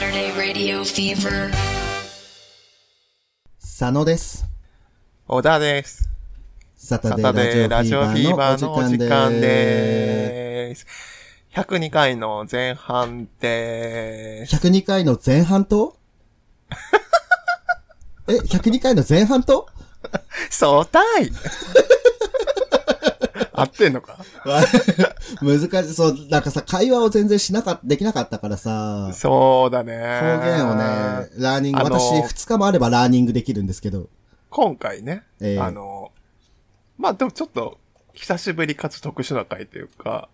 Radio Fever. 佐野です。小田です。サタサデタデーーララジジオオフフィィーーババーーののおお時時間間で。です。102回の前半です102回の前半とえ、102回の前半と す。そうたい合ってんのかわ難しい。そう、なんかさ、会話を全然しなかった、できなかったからさ、そうだね。表現をね、ラーニング、あの私2日もあればラーニングできるんですけど、今回ね、ええあの、まあでもちょっと、久しぶりかつ特殊な回というか、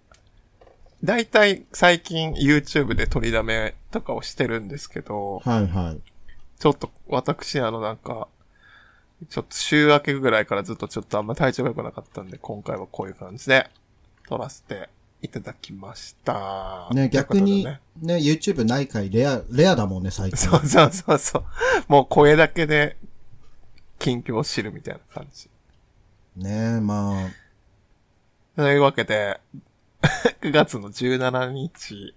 だいたい最近 YouTube で取りだめとかをしてるんですけど、はいはい。ちょっと私あのなんか、ちょっと週明けぐらいからずっとちょっとあんま体調が良くなかったんで、今回はこういう感じで撮らせていただきました。ね、というこ逆とでにね、ね、YouTube ない回レア、レアだもんね、最近。そうそうそうそう。もう声だけで近況を知るみたいな感じ。ねまあ、というわけで、9月の17日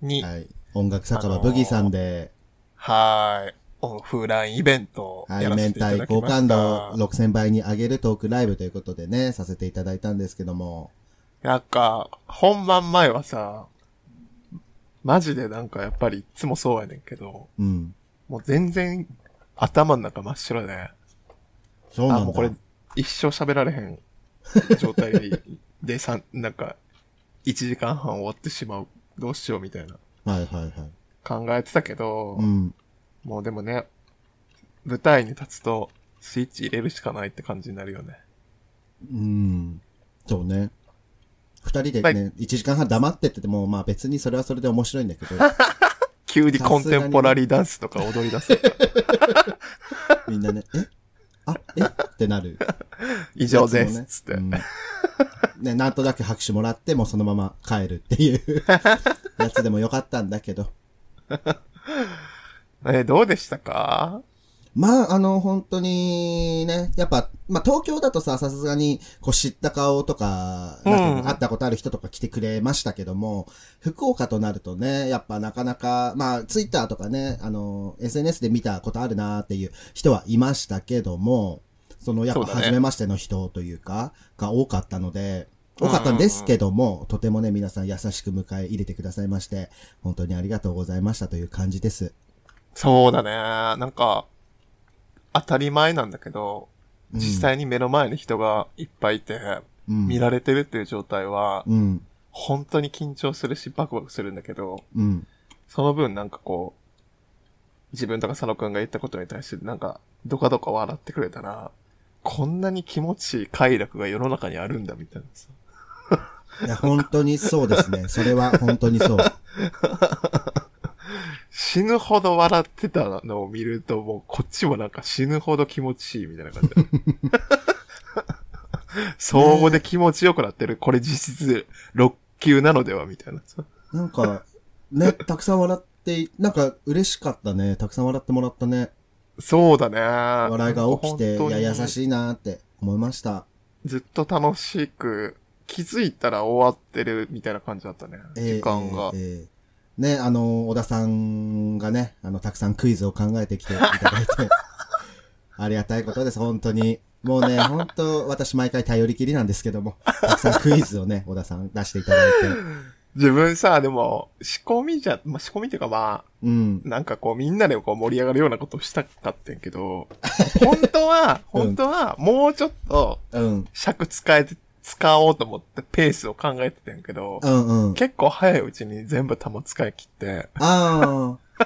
に、ははい。音楽酒場ブギーさんで、ーい、オフラインイベントをはいや、ら明せていた太だきま好し感た。度6000倍に上げるトークライブということでね、させていただいたんですけども。なんか、本番前はさ、マジでなんかやっぱりいつもそうやねんけど、うん。もう全然頭の中真っ白で、そうあ、なんもだうこ。れ一生喋られへん状態で、で、さん なんか、1時間半終わってしまう、どうしようみたいなはいはいはい。考えてたけど、うん。もうでもね、舞台に立つとスイッチ入れるしかないって感じになるよね。うん。そうね。二人ではね、一時間半黙っててても、まあ別にそれはそれで面白いんだ けど、急にコンテンポラリーダンスとか踊り出す。みんなね、えあ、えってなる。以上でいつもす。ねつって。うんね、なんとなく拍手もらって、もうそのまま帰るって いうやつでもよかったんだけど。えーどうでしたかまあ、あの、本当にね、やっぱ、まあ、東京だとさ、さすがに、こう、知った顔とか、うんなんか会ったことある人とか来てくれましたけども、福岡となるとね、やっぱなかなか、まあ、ツイッターとかね、あの、SNS で見たことあるなーっていう人はいましたけども、その、やっぱ、そうだね初めましての人というか、が多かったので、多かったんですけども、とてもね、皆さん優しく迎え入れてくださいまして、本当にありがとうございましたという感じです。そうだね。なんか、当たり前なんだけど、うん実際に目の前に人がいっぱいいて、うん見られてるっていう状態は、うん、本当に緊張するし、バクバクするんだけど、うん。その分なんかこう、自分とか佐野くんが言ったことに対して、なんか、どかどか笑ってくれたら、こんなに気持ちいい快楽が世の中にあるんだ、みたいなさ。いや、本当にそうです ね。それは本当にそう。死ぬほど笑ってたのを見ると、もうこっちもなんか死ぬほど気持ちいいみたいな感じ だね。相互で気持ちよくなってる。これ実質6級なのではみたいなさ。なんか、ね、たくさん笑って、なんか嬉しかったね。たくさん笑ってもらったね。そうだね。笑いが起きて、い本当や、に優しいなーって思いました。ずっと楽しく、気づいたら終わってるみたいな感じだったね。えー時間が。えーえーね、あの、小田さんがね、あの、たくさんクイズを考えてきていただいて、 ありがたいことです、本当に。もうね、本当私毎回頼りきりなんですけども、たくさんクイズをね、小田さん出していただいて。自分さ、でも、仕込みじゃ、まあ、仕込みっていうかまあ、うん。なんかこうみんなでこう盛り上がるようなことをしたかったんや けど、本当は、うん本当は、もうちょっと、うん。尺使えて、使おうと思ってペースを考えてたんやけど、うんうん。結構早いうちに全部弾使い切って、ああ。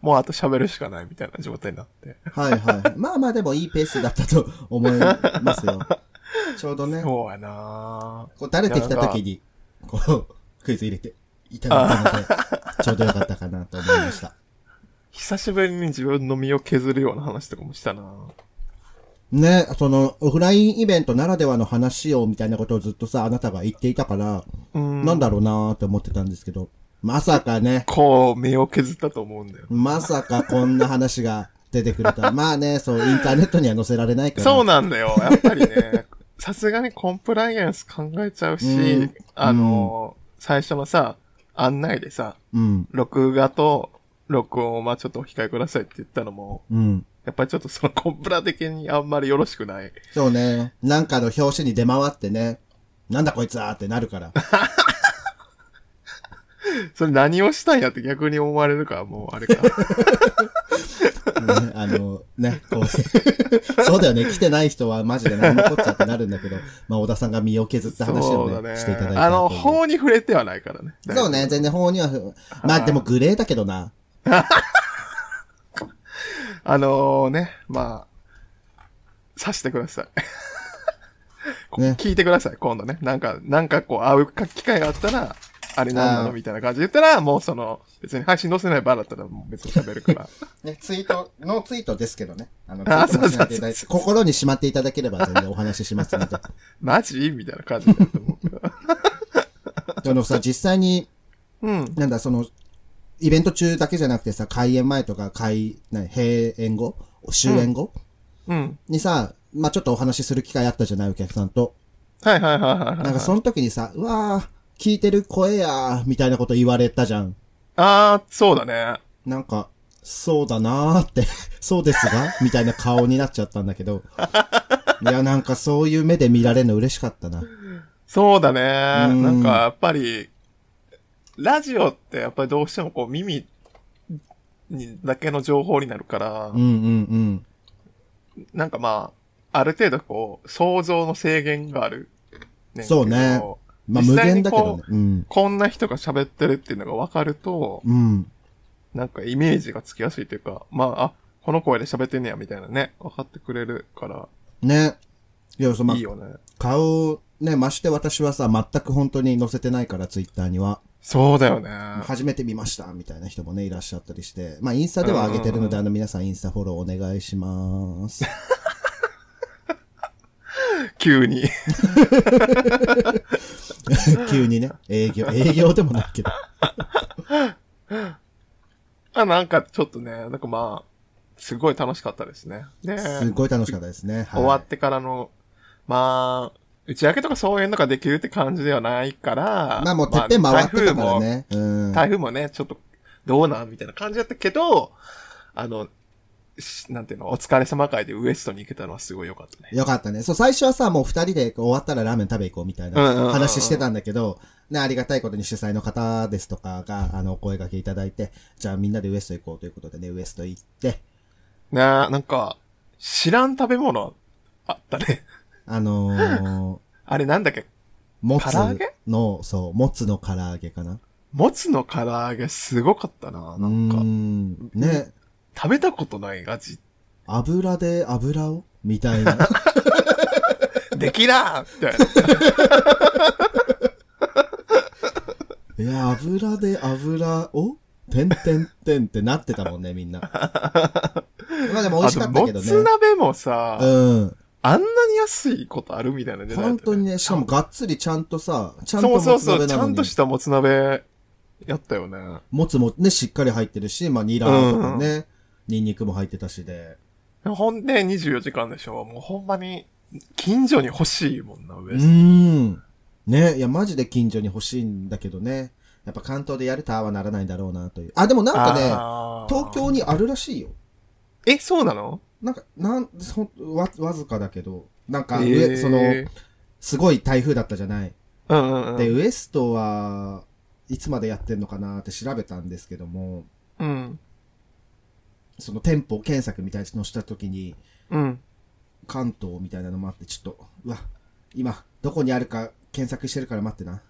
もうあと喋るしかないみたいな状態になって。はい はい。まあまあでもいいペースだったと思いますよ。ちょうどね、そうやなこう慣れてきた時に、こう、クイズ入れていただいたので、ちょうどよかったかなと思いました。久しぶりに自分の身を削るような話とかもしたなね、その、オフラインイベントならではの話をみたいなことをずっとさ、あなたが言っていたから、うん。なんだろうなーって思ってたんですけど、まさかね、こう、身を削ったと思うんだよ。まさかこんな話が出てくるとは。まあね、そう、インターネットには載せられないから。そうなんだよ。やっぱりね、 さすがにコンプライアンス考えちゃうし、うんあの、最初のさ、案内でさ、うん。録画と録音をまあちょっとお控えくださいって言ったのも、うん。やっぱりちょっとその コンプラ的にあんまりよろしくない。そうね。なんかの表紙に出回ってね、なんだこいつはってなるから。それ何をしたんやって逆に思われるから、もうあ れか。ねあの、ね、こう、 そうだよね。来てない人はマジで何のこっちゃってなるんだけど、まあ、小田さんが身を削った話そをうだね、ね。していただいたあの、という法に触れてはないからね。そうね、全然法には、まあでもグレーだけどな。あのね、まあ、さしてください。こね聞いてください、今度ね。なんか、なんかこう、会う機会があったら、あれなんなあのーみたいな感じで言ったら、もうその、別に配信載せない場だったら、もう別に喋る から。ね、ツイート、ノーツイートですけどね。あの、ツイあートもしないでいただいてそう心にしまっていただければ全然お話しし ますので。マジみたいな感じになると思うけど。あのさ、実際に、うん。なんだ、その、イベント中だけじゃなくてさ、開演前とか、開、な閉園後終演後、うん。にさ、まあちょっとお話しする機会あったじゃない、お客さんと。はいはいはいはいはい。なんかその時にさ、うわー、聞いてる声やー、みたいなこと言われたじゃん。ああ、そうだね。なんか、そうだなーって、 そうですがみたいな顔になっちゃったんだけ ど。いや、なんかそういう目で見られるの嬉しかったな。そうだね。うんなんか、やっぱり、ラジオってやっぱりどうしてもこう耳にだけの情報になるから、うんうんなんかまあ、ある程度こう、想像の制限があるんけど。そうねうん。まあ無実際限にだけどねこ。うん。こんな人が喋ってるっていうのが分かると、うん。なんかイメージがつきやすいというか、まあ、あ、この声で喋ってんねや、みたいなね、分かってくれるかね。いや、そら、のいい、よね。顔、ね、まして私はさ、全く本当に載せてないから、ツイッターには。そうだよね。初めて見ました、みたいな人もね、いらっしゃったりして。まあ、インスタでは上げてるので、あの、皆さんインスタフォローお願いし ます。急に。 急にね、営業、営業でもないけど。あ、なんかちょっとね、なんかまあ、すごい楽しかったですね。で、すごい楽しかったですね。はい終わってからの、まあ、打ち上げとかそういうのができるって感じではないから、まあもうてっぺん回ってたかまらあ台風も、ね。うん。台風もね、ちょっと、どうなんみたいな感じだったけど、あの、しなんていうの、お疲れ様会でウエストに行けたのはすごい良かったね。よかったね。そう、最初はさ、もう二人で終わったらラーメン食べ行こうみたいうんうんうんうなん話してたんだけど、ね、ありがたいことに主催の方ですとかが、あの、お声掛けいただいて、じゃあみんなでウエスト行こうということでね、ウエスト行って、なあ、なんか、知らん食べ物あったね。 あのー、あれなんだっけもつ唐揚げの、そう、もつの唐揚げかな。もつの唐揚げすごかったな。うーなんか、ん。ね、食べたことない味。油で油をみたいな。 できらーみたいいな。や、油で油をてんてんてんってなってたもんね、 みんな。まあでも 美味しかったけどあともつね。鍋もさ、うん。あんなに安いことあるみたいな値段やっ本た当ね、にね、しかもがっつりちゃんとさ、ちゃんとそもうそうつそ鍋う、ちなゃのんにとし、たもつ鍋やったよね。もつもね、しっかり入ってるし、まあニラとかね、ニンニクも入ってたしで。ほんで24時間でしょ。もうほんまに、近所に欲しいもんな、う上ーん。ね、いやマジで近所に欲しいんだけどね。やっぱ関東でやるとああはならないんだろうなという。あ、でもなんかね、ね東京にあるらしいよ。え、そうなのなんか、なん、そわ、わずかだけど、なんかえ上、ーその、すごい台風だったじゃない。うんうんうで、ん。ウエストはいつまでやってんのかなって調べたんですけども、うん。その店舗検索みたいのした時に、うん。関東みたいなのもあって、ちょっと、うわ、今、どこにあるか検索してるから待ってな。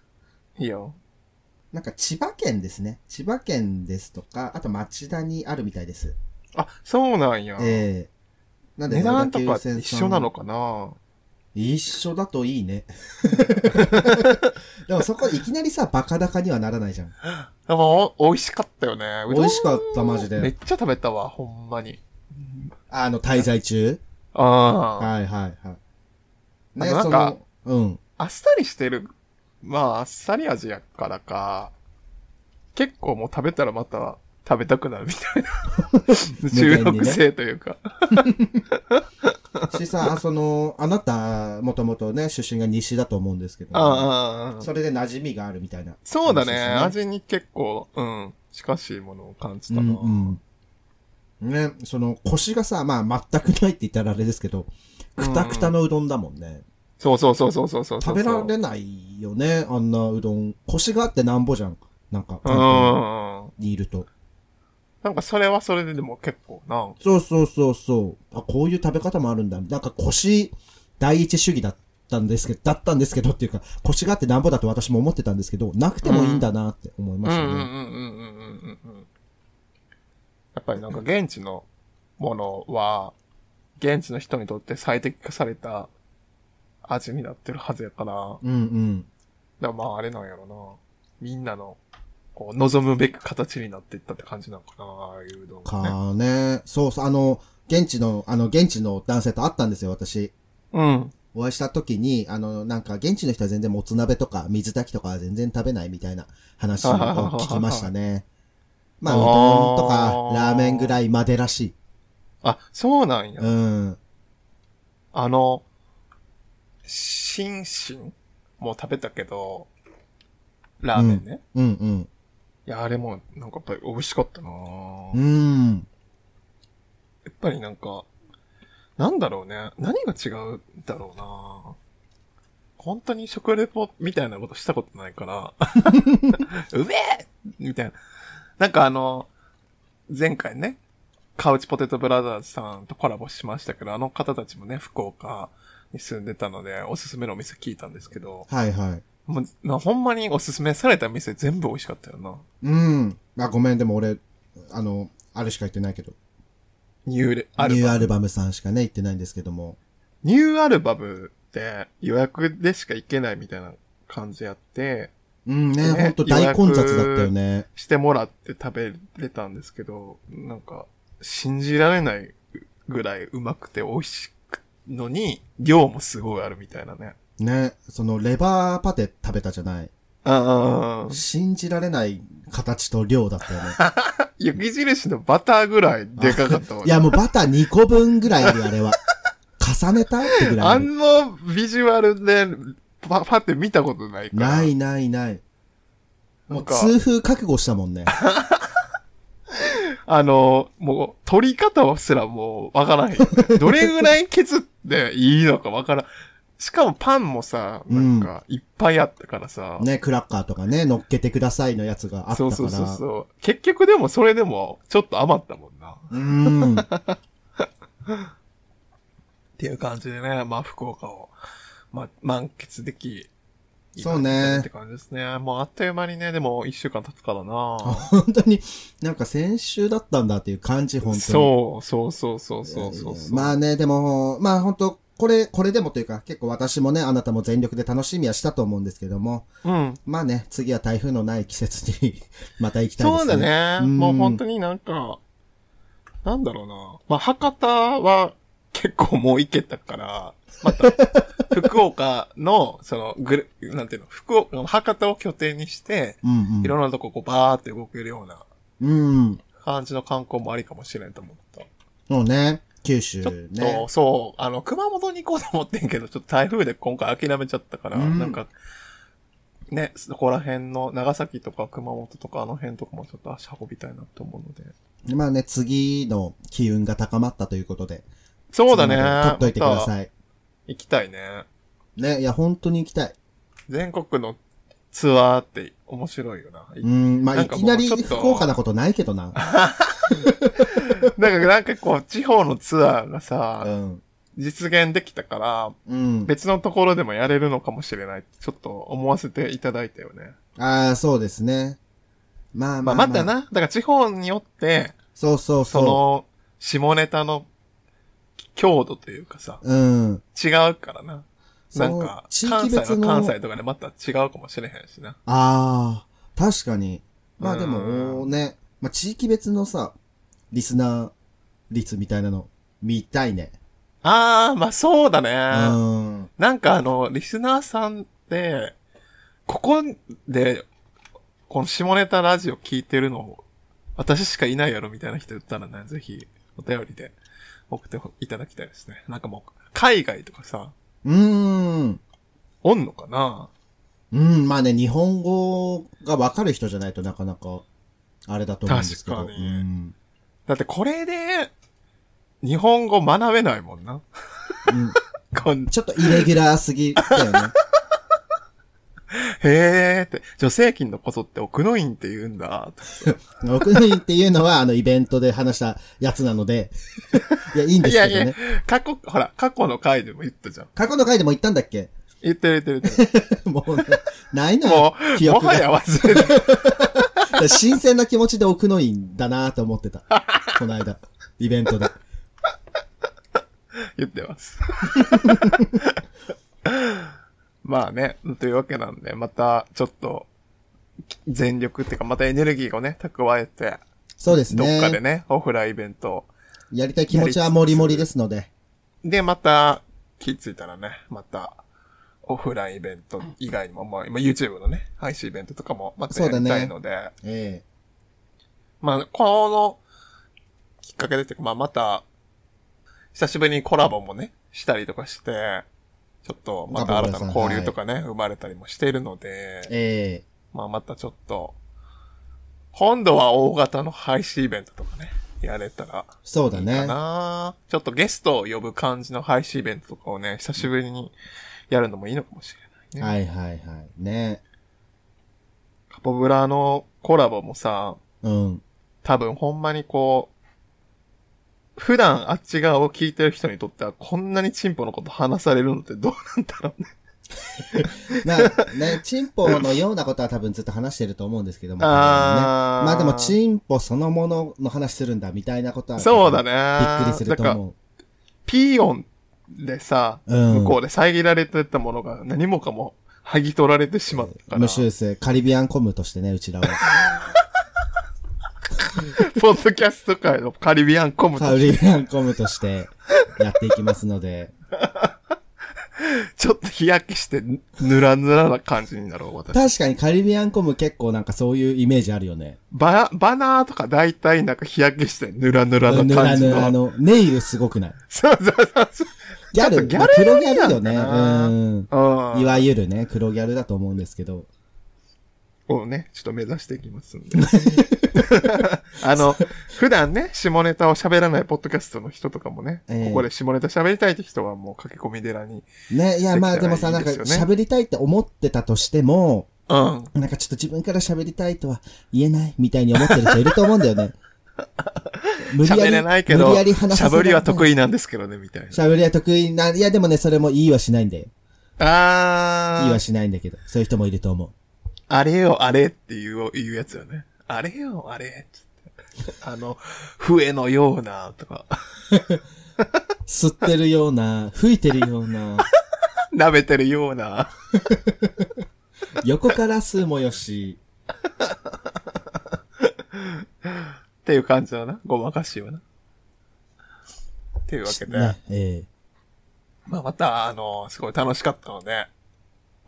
いいよ。なんか千葉県ですね。千葉県ですとか、あと町田にあるみたいです。あ、そうなんや。ええなんで、値段と野田か急線一さん緒なのかな一緒だといいね。 でもそこいきなりさ、バカ高にはならないじゃん。でも、お美味しかったよね。うどん美味しかったマジでめっちゃ食べたわ、ほんまに。あの、滞在中ああ。はいはいはい。ね、あのそなんかの、うん。あっさりしてる。まあ、あっさり味やからか。結構もう食べたらまた食べたくなるみたい な。中限にね毒性というか。しさ、あ その、あなた、もともとね、出身が西だと思うんですけど、ああああああそれで馴染みがあるみたいな、そうだそねうですね味に結構、うん。近しいものを感じうたな。んうん。ね、その、腰がさ、まあ、全くないって言ったらあれですけど、くたくたのうどんだもんね。そうそうそうそうそうそうそう。食べられないよね、あんなうどん。腰があってなんぼじゃん。なんか、う関東ん。にいると。なんかそれはそれででも結構な。そうそうそうそう。あ、こういう食べ方もあるんだ。なんか腰、第一主義だったんですけど、だったんですけどっていうか、腰があってなんぼだと私も思ってたんですけど、なくてもいいんだなって思いまうしんたうんうんね。うんうんうんうん。やっぱりなんか現地のものは、現地の人にとって最適化された味になってるはずやから、うんうん。だからまああれなんやろな。みんなの、こう、望むべき形になっていったって感じなのかな、ああいううどんがね。かね。そうそう、あの、現地の、あの、現地の男性と会ったんですよ、私。うん。お会いした時に、あの、なんか、現地の人は全然もつ鍋とか水炊きとかは全然食べないみたいな 話を聞きましたね。 まあ、うどんとかラーメンぐらいまでらしい。あ、そうなんや。うん。あの、シンシンもう食べたけど、ラーメンね。うんいや、あれも、なんかやっぱり美味しかったなうん。うん。やっぱりなんか、なんだろうね。何が違うんだろうな本当に食レポみたいなことしたことないから、 うめえみたいな。なんかあの、前回ね、カウチポテトブラザーズさんとコラボしましたけど、あの方たちもね、福岡に住んでたので、おすすめのお店聞いたんですけど、はいはい。もう、まあほんまにおすすめされた店全部美味しかったよな。うん。あ、ごめん、でも俺、あの、あれしか言ってないけど。ニューレ、アルニューバアム。ルバムさんしかね、言ってないんですけども。ニューアルバムって予約でしか行けないみたいな感じやって、うんね、ねほんと大混雑だったよね。してもらって食べれたんですけど、なんか、信じられないぐらいうまくて美味しくのに、量もすごいあるみたいなね。ね、その、レバーパテ食べたじゃない。ああ。信じられない形と量だった よね。雪印のバターぐらいでかかったわい。や、もうバター2個分ぐらいある、あれは。重ねたってぐらいあある。のビジュアルで、パパって見たことないから。ないないない。なもうんか痛風覚悟したもんね。あの、もう、取り方すらもう、わか らへん。どれぐらい削っていいのかわからん。しかもパンもさ、なんか、いっぱいあったからさ。ね、クラッカーとかね、乗っけてくださいのやつがあったかそら。うそうそうそう。結局でも、それでも、ちょっと余ったもんな。っうーん。ていう感じでね、まあ、福岡を、まあ、満喫でき、そうねって感じですね。もう、あっという間にね、でも、一週間経つからな。 本当に、なんか先週だったんだっていう感じ、本当に。そう、そうそうそうそうそうそう。まあね、でも、まあ本当これ、これでもというか、結構私もね、あなたも全力で楽しみはしたと思うんですけども、うん。まあね、次は台風のない季節に、 また行きたいでそすうね。だ。ね。うんもう本当になんか、なんだろうな。まあ、博多は結構もう行けたから、また、福岡の、その、ぐる、なんていうの、福岡、博多を拠点にして、うんうん。いろんなとここうバーって動けるようなうん。感じの観光もありかもしれんと思った。そうね、九州ちょっと、ね。そう、あの、熊本に行こうと思ってんけど、ちょっと台風で今回諦めちゃったから、うんなんか、ね、そこら辺の長崎とか熊本とかあの辺とかもちょっと足運びたいなと思うので。まあね、次の機運が高まったということで。そうだね。取っといてくだい。さい。行きたいね。ね、いや、本当に行きたい。全国のツアーって面白いよな。うん、まあ、なんいかきなりもうちょっ不と幸かなことないけどな。なんか、なんかこう、地方のツアーがさ、うん。実現できたから、うん。別のところでもやれるのかもしれない。ちょっと思わせていただいたよね。ああ、そうですね。まあままあ、あ、また。な。だから地方によって、そうそうそその、下ネタの強度というかさ、う。うん。違うからな。そなのんか、地関域別西のの関西とかでまた違うかもしれへんしな。ああ、確かに。まあでうも、んね、まあ地域別のさ、リスナー率みたいなの、見たいね。あー、まあそうだね。うん。なんかあの、リスナーさんって、ここで、この下ネタラジオ聞いてるの、私しかいないやろみたいな人言ったらね、ぜひ、お便りで送っていただきたいですね。なんかもう、海外とかさ、うーん。おんのかなうん、まあね、日本語がわかる人じゃないとなかなか。あれだと思うんですけど。確かにうんだってこれで、日本語学べないもんな。うんこんちょっとイレギュラーすぎだよね。へーって、女性金のことって奥の院って言うんだ。奥の院っていうのは、あの、イベントで話したやつなの で、いや、いいんですいけどやね。いや、過去、ほら、過去の回でも言ったじゃん。過去の回でも言ったんだっけ 言ってる言ってる言ってもうね、ないのる。よも。記う、も憶はが。や忘れてる。新鮮な気持ちで奥の院だなと思 ってた。この間、イベントで。言ってます。 まあね、というわけなんで、また、ちょっと、全力っていうか、またエネルギーをね、蓄えて、そうですどっね。かでね、オフラインイベントをやりたい気持ちはもりもりですので。で、また、気ついたらね、また、オフラインイベント以外にも、まあ、今 YouTube のね、配信イベントとかも、またそうやだりねたいので、えまあ、この、きっかけでっていうか、まあ、また、久しぶりにコラボもね、したりとかして、ちょっと、また頑張ってくだ新たさいな交流とかね、生まれたりもしているのでえ、えまあ、またちょっと、今度は大型の配信イベントとかね、やれたらえそうだねかなちょっとゲストを呼ぶ感じの配信イベントとかをね、久しぶりにやるのもいいのかもしれないね。はいはいはい。ねカポブラのコラボもさ、うん。多分ほんまにこう、普段あっち側を聞いてる人にとってはこんなにチンポのこと話されるのってどうなんだろうね。な、ね、チンポのようなことは多分ずっと話してると思うんですけども。あーまあでも、チンポそのものの話するんだ、みたいなことは。そうだね。びっくりするとなんか、思ピー音でさ、う。うん。向こうで遮られてたものが何もかも剥ぎ取られてしまったから。無修正、カリビアンコムとしてね、うちらは。ポッドキャスト界のカリビアンコムとカしてリビアンコムとしてやっていきますので。ちょっと日焼けして、ぬぬらぬらな感じになろう、確私。かにカリビアンコム結構なんかそういうイメージあるよね。バ、バナーとか大体なんか日焼けして、ぬらぬらぬなら感じぬらの。の、ネイルすごくない。 そうそうそうそう。ギャちょっル、とギャルまあ黒ギャルよね。なんだなうん。うん。いわゆるね、黒ギャルだと思うんですけど。をね、ちょっと目指していきま すんで。あの、普段ね、下ネタを喋らないポッドキャストの人とかもね、ええここで下ネタ喋りたいって人はもう駆け込み寺に。ね、いや、できたまらあでもさ、いいなんでかすよね喋りたいって思ってたとしても、うん。なんかちょっと自分から喋りたいとは言えないみたいに思ってる人いると思うんだよ ね。無喋れないけ無ど、理やり話させられ喋りないは得意なんですけどね、みたいな。喋りは得意な、いやでもね、それも言いはしないんだよ。言いあはー、しないんだけど、そういう人もいると思う。あれよ、あれっていう、言うやつよね。あれよ、あれ。つってあの、笛のような、とか。 吸ってるような、吹いてるよう な、舐めてるような。横から吸うもよし、っていう感じだな。ごまかしような。っていうわけで、ね、えまあ、また、あの、すごい楽しかったので、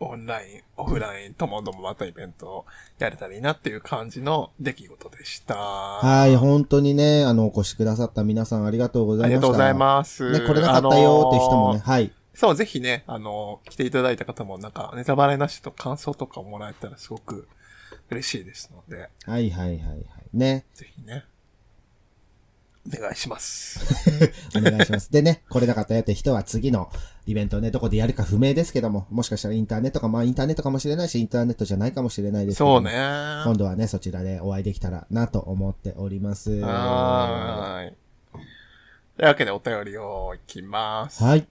オンライン、オフラインともどもまたイベントをやれたらいいなっていう感じの出来事でした。えあはい、本当にね、あの、お越しくださった皆さんありがとうございました。りがとうございす。ます。ね、これなかったよーって人もね、あのーはい。そう、ぜひね、あの、来ていただいた方も、なんか、ネタバレなしと感想とかもらえたらすごく嬉しいですので、はいはいはいはい。ね、ぜひね、お願いします。お願いします。でね、来れなかったよって人は次のイベントをね、どこでやるか不明ですけども、もしかしたらインターネットか、まあインターネットかもしれないし、インターネットじゃないかもしれないですけどそうもね。今度はね、そちらでお会いできたらなと思っております。ははーい。というわけでお便りをいきます。い。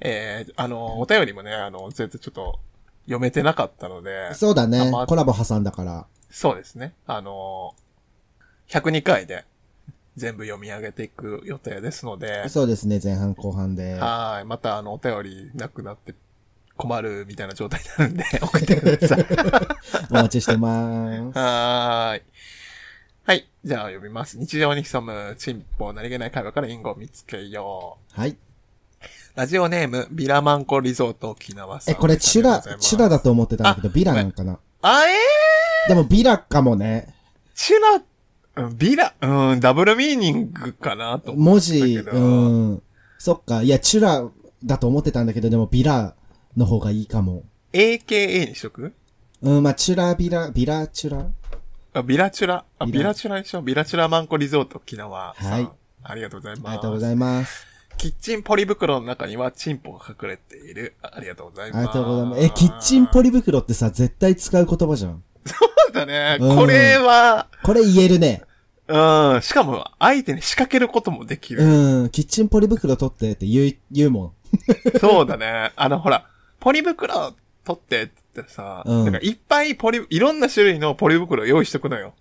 えー、あの、お便りもね、あの、全然ちょっと読めてなかったので、そうだあねまあ。コラボ挟んだから。そうですね。あの、102回で全部読み上げていく予定ですので、そうですね、前半後半で。はーい。また、あの、お便りなくなって困るみたいな状態になるんで、 送ってください。お待ちしてます。はーい。はい。じゃあ読みます。日常に潜むチンポ、何気ない会話から因果を見つけよう。はい。ラジオネーム、ビラマンコリゾート沖縄さえ、ん。これ、チュラ、チュラ。だと思ってたんだけど、ビラなんかな。あ、えでも、ビラかもね。ー、チュラ、うんビラ、うん、ダブルミーニングかなと思文字、だけどうん。そっか。いや、チュラだと思ってたんだけど、でも、ビラの方がいいかも。う。AKA にしとくうん、まあ、チュラ、ビラ、ビラ、チュラ。うあビラチュラ。あ、ビラビラチュラでしょビラチュラマンコリゾート沖縄さん。はいありがとうございます。ありがとうございます。キッチンポリ袋の中にはチンポが隠れている。あありがとうございあます。りがとうございます。え、キッチンポリ袋ってさ、絶対使う言葉じゃん。そうだね。うんこれは、これ言えるね。うん。しかも、相手に仕掛けることもできる。うん、キッチンポリ袋取ってって言う、言うもん。そうだね。あの、ほら、ポリ袋取ってって言ってさ、うんなんかいっぱいポリ、いろんな種類のポリ袋用意しとくのよ。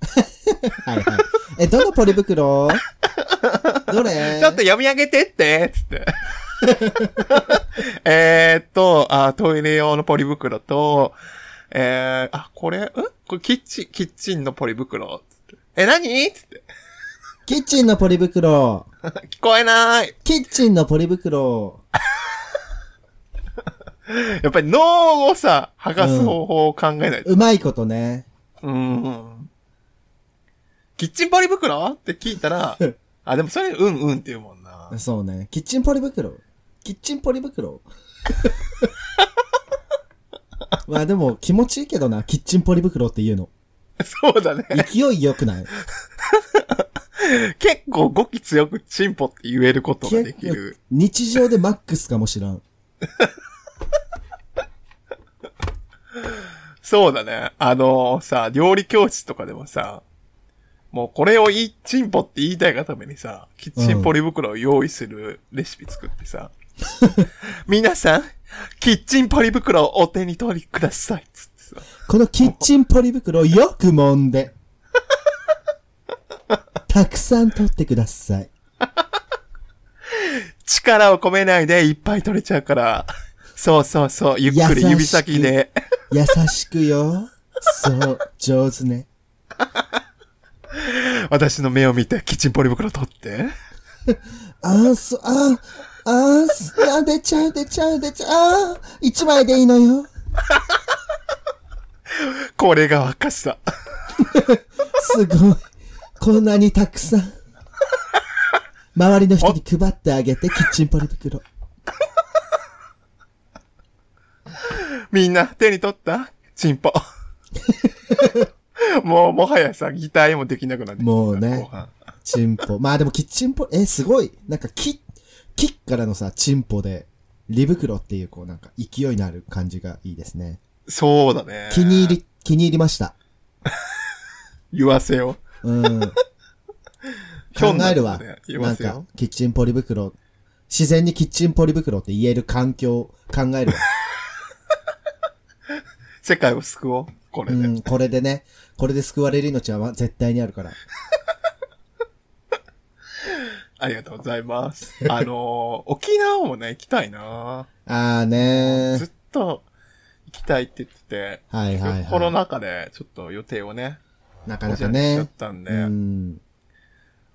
はいはい。え、どのポリ袋どれちょっと読み上げてって、つって。 えーっと、あ、トイレ用のポリ袋と、えー、あ、これ、んこれキッチン、キッチンのポリ袋。つってえ、何つって。キッチンのポリ袋。聞こえない。キッチンのポリ袋。やっぱり脳をさ、剥がす方法を考えないと。うまいことね。うん。キッチンポリ袋って聞いたら、あ、でもそれ、うんうんって言うもんな。そうね。キッチンポリ袋。キッチンポリ 袋。まあでも気持ちいいけどな、キッチンポリ袋っていうの。そうだね。勢い良く ない結構語気強くチンポって言えることができる。日常でマックスかもしらん。そうだね。あのさ、料理教室とかでもさ、もうこれをいい、チンポって言いたいがためにさ、キッチンポリ袋を用意するレシピ作ってさ、皆さん、キッチンポリ袋をお手に取りください、つってさ。このキッチンポリ袋をよく揉ん で。たくさん取ってください。力を込めないでいっぱい取れちゃうから。そうそうそう、ゆっく優しりく指先で。優しくよ。そう、上手ね。私の目を見て、キッチンポリ袋取って。あー、そ、あー、あー、すあー、出ちゃう、出ちゃう、出ちゃう、あー、一枚でいいのよ。これが若さ。すごい。こんなにたくさん。周りの人に配ってあげて、キッチンポリ袋。みんな手に取ったチンポ。 もう、もはやさ、擬態もできなくなってきたもうね後半チンポ。まあでもキッチンポ、え、すごい。なんか、キッ、キッからのさ、チンポで、リ袋っていう、こう、なんか、勢いのある感じがいいですね。そうだね。気に入り、気に入りました。言わせよ。うん。考ひょんなえることわ。で言なわんせよか、キッチンポリ袋、自然にキッチンポリ袋って言える環境、考えるわ。世界を救おう。これうで。ん、これでね、これで救われる命は絶対にあるから。ありがとうございます。あのー、沖縄もね、行きたいなあーねずっと行きたいって言ってて、はいはいはいコロナ禍でちょっと予定をね、ー。なかおなじからにしちゃっね。たんで、うん。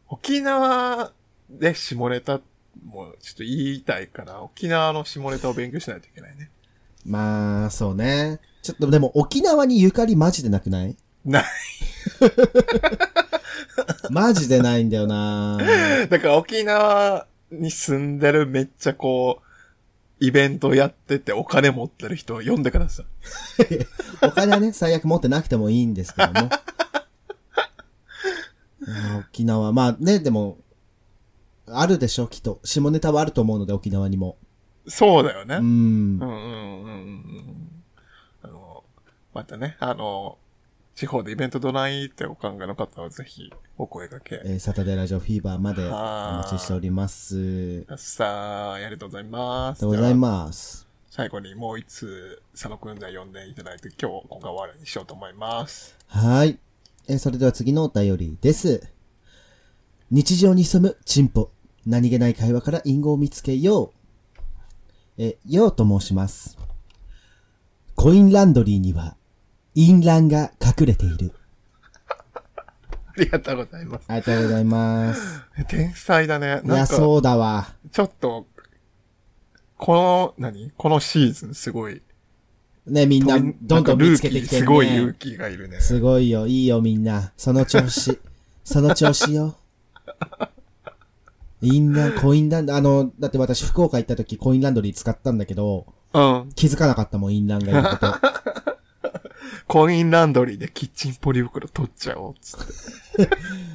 沖縄で下ネタもちょっと言いたいから、沖縄の下ネタを勉強しないといけないね。まあ、そうね。ちょっとでも沖縄にゆかりマジでなくないな、 マジでないんだよ なだから沖縄に住んでるめっちゃこう、イベントやっててお金持ってる人を呼んでください。お金はね、最悪持ってなくてもいいんですけども。うん沖縄、まあね、でも、あるでしょ、きっと。下ネタはあると思うので、沖縄にも。そうだよね。ううんんう。んうんうんうん。あの、またね、あの、地方でイベントどないってお考えの方はぜひお声掛けえーサタデーラジオフィーバーまでおはい待ちしております。さあ、ありがとうございます。でございます。じゃあ最後にもう一つ、佐野くんで読んでいただいて、今日、今回終わりにしようと思います。はい。えーそれでは次のお便りです。日常に潜むチンポ。何気ない会話から隠語を見つけよう。えー、ようと申します。コインランドリーには、淫乱が隠れている。ありがとうございます。ありがとうございます。天才だね。いなや、んか、そうだわ。ちょっと、この、何このシーズンすごい。ね、みんな、どんどん見つけてきてするごい勇ね。気がいるね。すごいよ、いいよみんな。その調 子。その調子よ。淫乱、コインランド、あの、だって私福岡行った時コインランドリー使ったんだけど、うん。 気づかなかったもん、インランがいること。コインランドリーでキッチンポリ袋取っちゃおう、つっ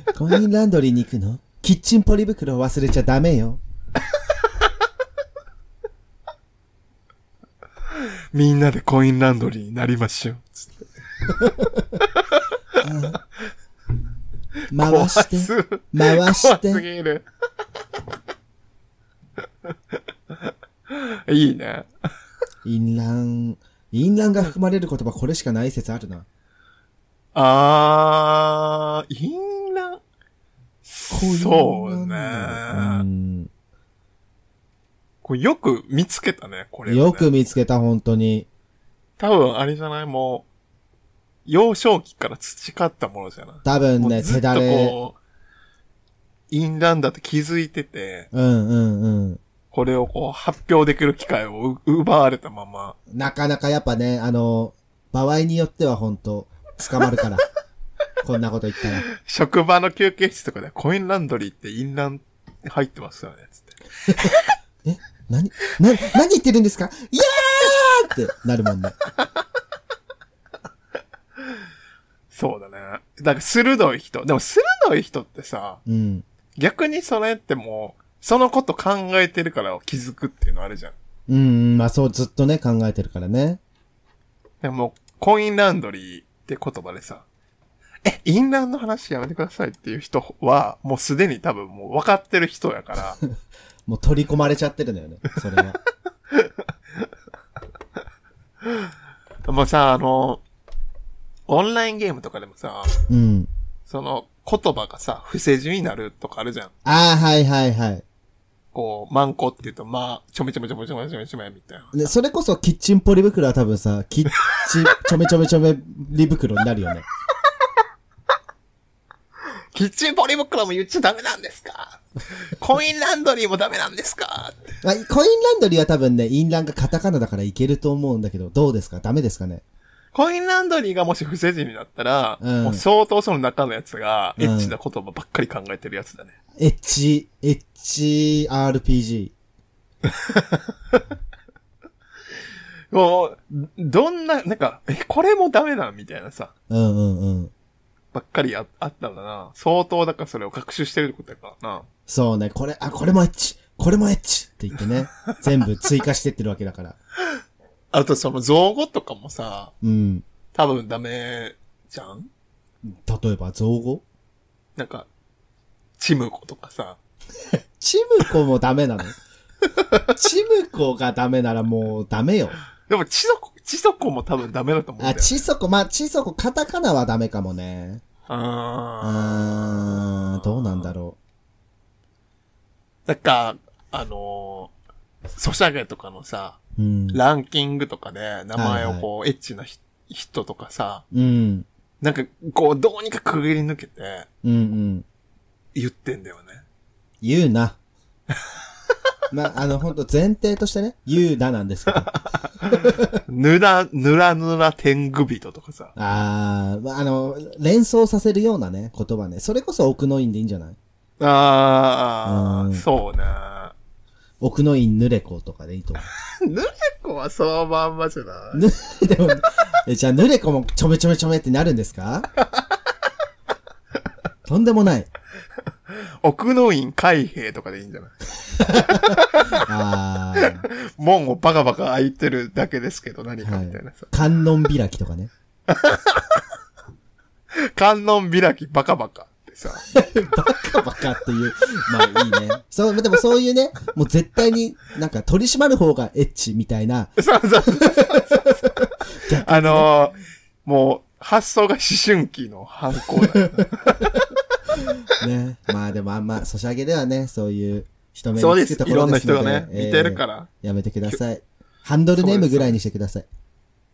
て。コインランドリーに行くのキッチンポリ袋忘れちゃダメよ。みんなでコインランドリーになりましょう、つって。回して、て。回し怖すて。ぎる。いいね。淫乱。淫乱が含まれる言葉これしかない説あるな。あー、淫乱。そううね。んこれよく見つけたね、これ、ね。よく見つけた、本当に。多分あれじゃないもう、幼少期から培ったものじゃない多分もね、うず手っとだれ。こう、淫乱だって気づいてて、うんうんうん。これをこう発表できる機会をう奪われたまま。なかなかやっぱね、あの、場合によっては本当捕まるから。 こんなこと言ったら。職場の休憩室とかでコインランドリーって淫乱入ってますよね、つって。え何な、何言ってるんですかいやーってなるもんね。そうだね。だから鋭い人。でも鋭い人ってさ、うん。逆にそれってもう、そのこと考えてるから気づくっていうのあるじゃん。うんうん、まあそう、ずっとね、考えてるからね。でも、コインランドリーって言葉でさ、え、インランの話やめてくださいっていう人は、もうすでに多分もう分かってる人やから、もう取り込まれちゃってるのよね、それは。もうさ、あの、オンラインゲームとかでもさ、うん。その言葉がさ、不正字になるとかあるじゃん。ああ、はいはいはい。こう、マンコって言うと、まあ、ちょめちょめちょめちょめちょめちょめみたいな。ね、それこそキッチンポリ袋は多分さ、キッチン、ちょめちょめちょめリ袋になるよね。キッチンポリ袋も言っちゃダメなんですかコインランドリーもダメなんですかってあコインランドリーは多分ね、インランがカタカナだからいけると思うんだけど、どうですかダメですかねコインランドリーがもし不正字になったら、うんもう相当その中のやつが、うんエッチな言葉ばっかり考えてるやつだね。エッチ、エッチ RPG。もう、どんな、なんか、え、これもダメだみたいなさ、うんうんうん。ばっかりああったんだな。相当、だからそれを学習してるってことやからな。そうね、これ、あ、これもエッチ、これもエッチって言って ね、全部追加してってるわけだから。あとその造語とかもさ、うん。多分ダメじゃん例えば、造語なんか、チムコとかさ、チムコもダメ なのチムコがダメならもうダメよ。でも、チソコ、チソコも多分ダメだと思うんだあ、よ。チソコ、まあ、チソコ、カタカナはダメかもね。うあーん、どうなんだろー。なんか、あのー、ソシャゲとかのさ、う。うん。ランキングとかで名前をこう、エッチなひ人とかさ、うん。なんか、こう、どうにかくぐり抜けて、うんうん。言ってんだよね。言う な。まあ、あの、ほんと前提としてね、言うななんですけど。ぬら、ぬらぬら天狗人とかさ。あー、まあ、あの、連想させるようなね、言葉ね。それこそ奥の院でいいんじゃないあうあ、んそうね。奥の院ぬれ子とかでいいと思ぬれこはそのまんまじゃなう。ぬ、 でも、えじゃあぬれ子もちょめちょめちょめってなるんですかとんでもない。奥の院海兵とかでいいんじゃないあー、門をバカバカ開いてるだけですけど何かみたいなさ。観音開きとかね。観音開きバカバカってさ。バカバカっていう。まあいいね。そう、でもそういうね、もう絶対になんか取り締まる方がエッチみたいな、そうそうそうそう。あのー、もう、発想が思春期の反抗だ よねね。まあでもあんま、ソシャゲではね、そういう人目そうにでつくすと。こいろろんなですの人で、がね、見てるからら。やめてください。ハンドルネームぐらいにしてください。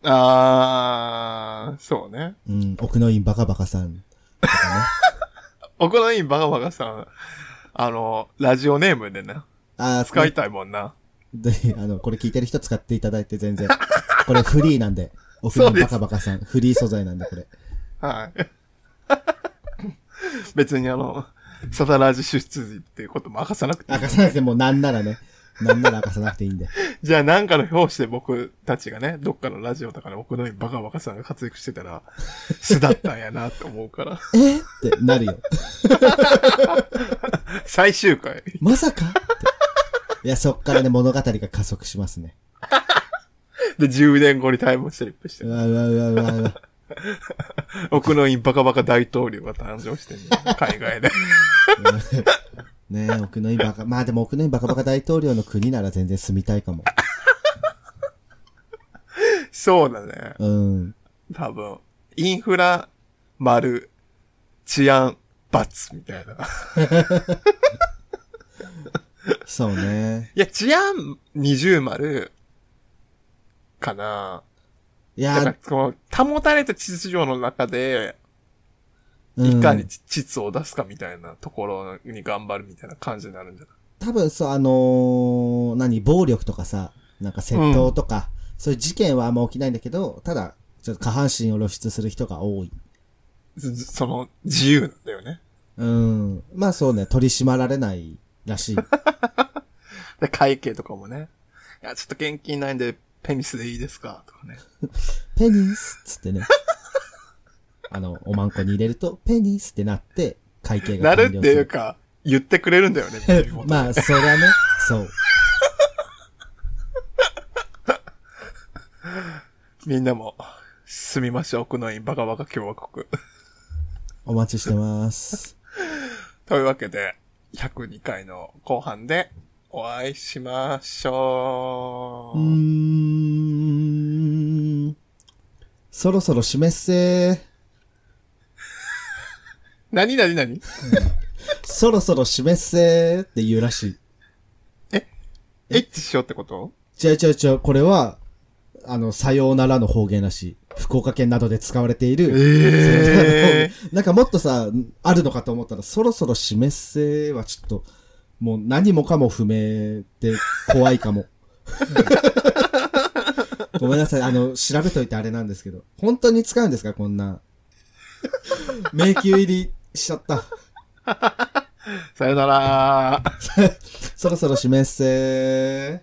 あー、そうね。うん、奥の院バカバカさん とかね。奥の院バカバカさん、あの、ラジオネームでね、ああ、使いたいもんな。で、あの、これ聞い てる人使っていただいて全然。これフリー なんで。奥の院バカバカさん。フリー素材なんで、これ。はい。 別にあの、サタラジ出自っていうことも明かさなくていい明かさなくてもなんならね、なんなら明かさなくていいんで。 じゃあなんかの表紙で僕たちがね、どっかのラジオとかで僕のようにバカバカさんが活躍してたら、素だったんやなって思うから。えってなるよ。最終回。 まさかっていや、そっからね、物語が加速しますね。で、10年後にタイムスリップしてう、わうわうわうわうわ。奥の院バカバカ大統領が誕生してんの海外で。ねえ、奥の院バカ、まあでも奥の院バカバカ大統領の国なら全然住みたいかも。そうだね。うん。多分。インフラ、丸、治安、罰みたいな。そうね。いや、治安、二重丸、かな。いだからや、こう、保たれた秩序の中で、ういん、かに秩を出すかみたいなところに頑張るみたいな感じになるんじゃない多分そう、あのー何、暴力とかさ、なんか窃盗とか、そういう事件はあんま起きないんだけど、ただ、ちょっと下半身を露出する人が多い。ずずその、自由なんだよね。うん。まあそうね、取り締まられないらしい。で、会計とかもね。いや、ちょっと現金ないんで、ペニスでいいですかとかね。ペニスっつってね。あの、おまんこに入れると、ペニスってなって、会計ながる完っ了てすいうる。か、言ってくれるん だよね。みたいなことまあ、そりゃね、そう。みんなも、すみましょう、奥の院バカバカ共和国。お待ちしてます。 というわけで、102回の後半でお会いしましょうう。ーん。そろそろ示せ。何何何そろそろ示せって言うらしい。エッチしようってこと違う違う違う、これは、あの、さようならの方言らしい。福岡県などで使われている。えー なんかもっとさ、あるのかと思ったら、そろそろ示せはちょっと、もう何もかも不明で怖いか も。ごめんなさい、あの、調べといてあれなんですけど、本当に使うんですか、こんな。迷宮入りしちゃった。さよならそろそろ示せ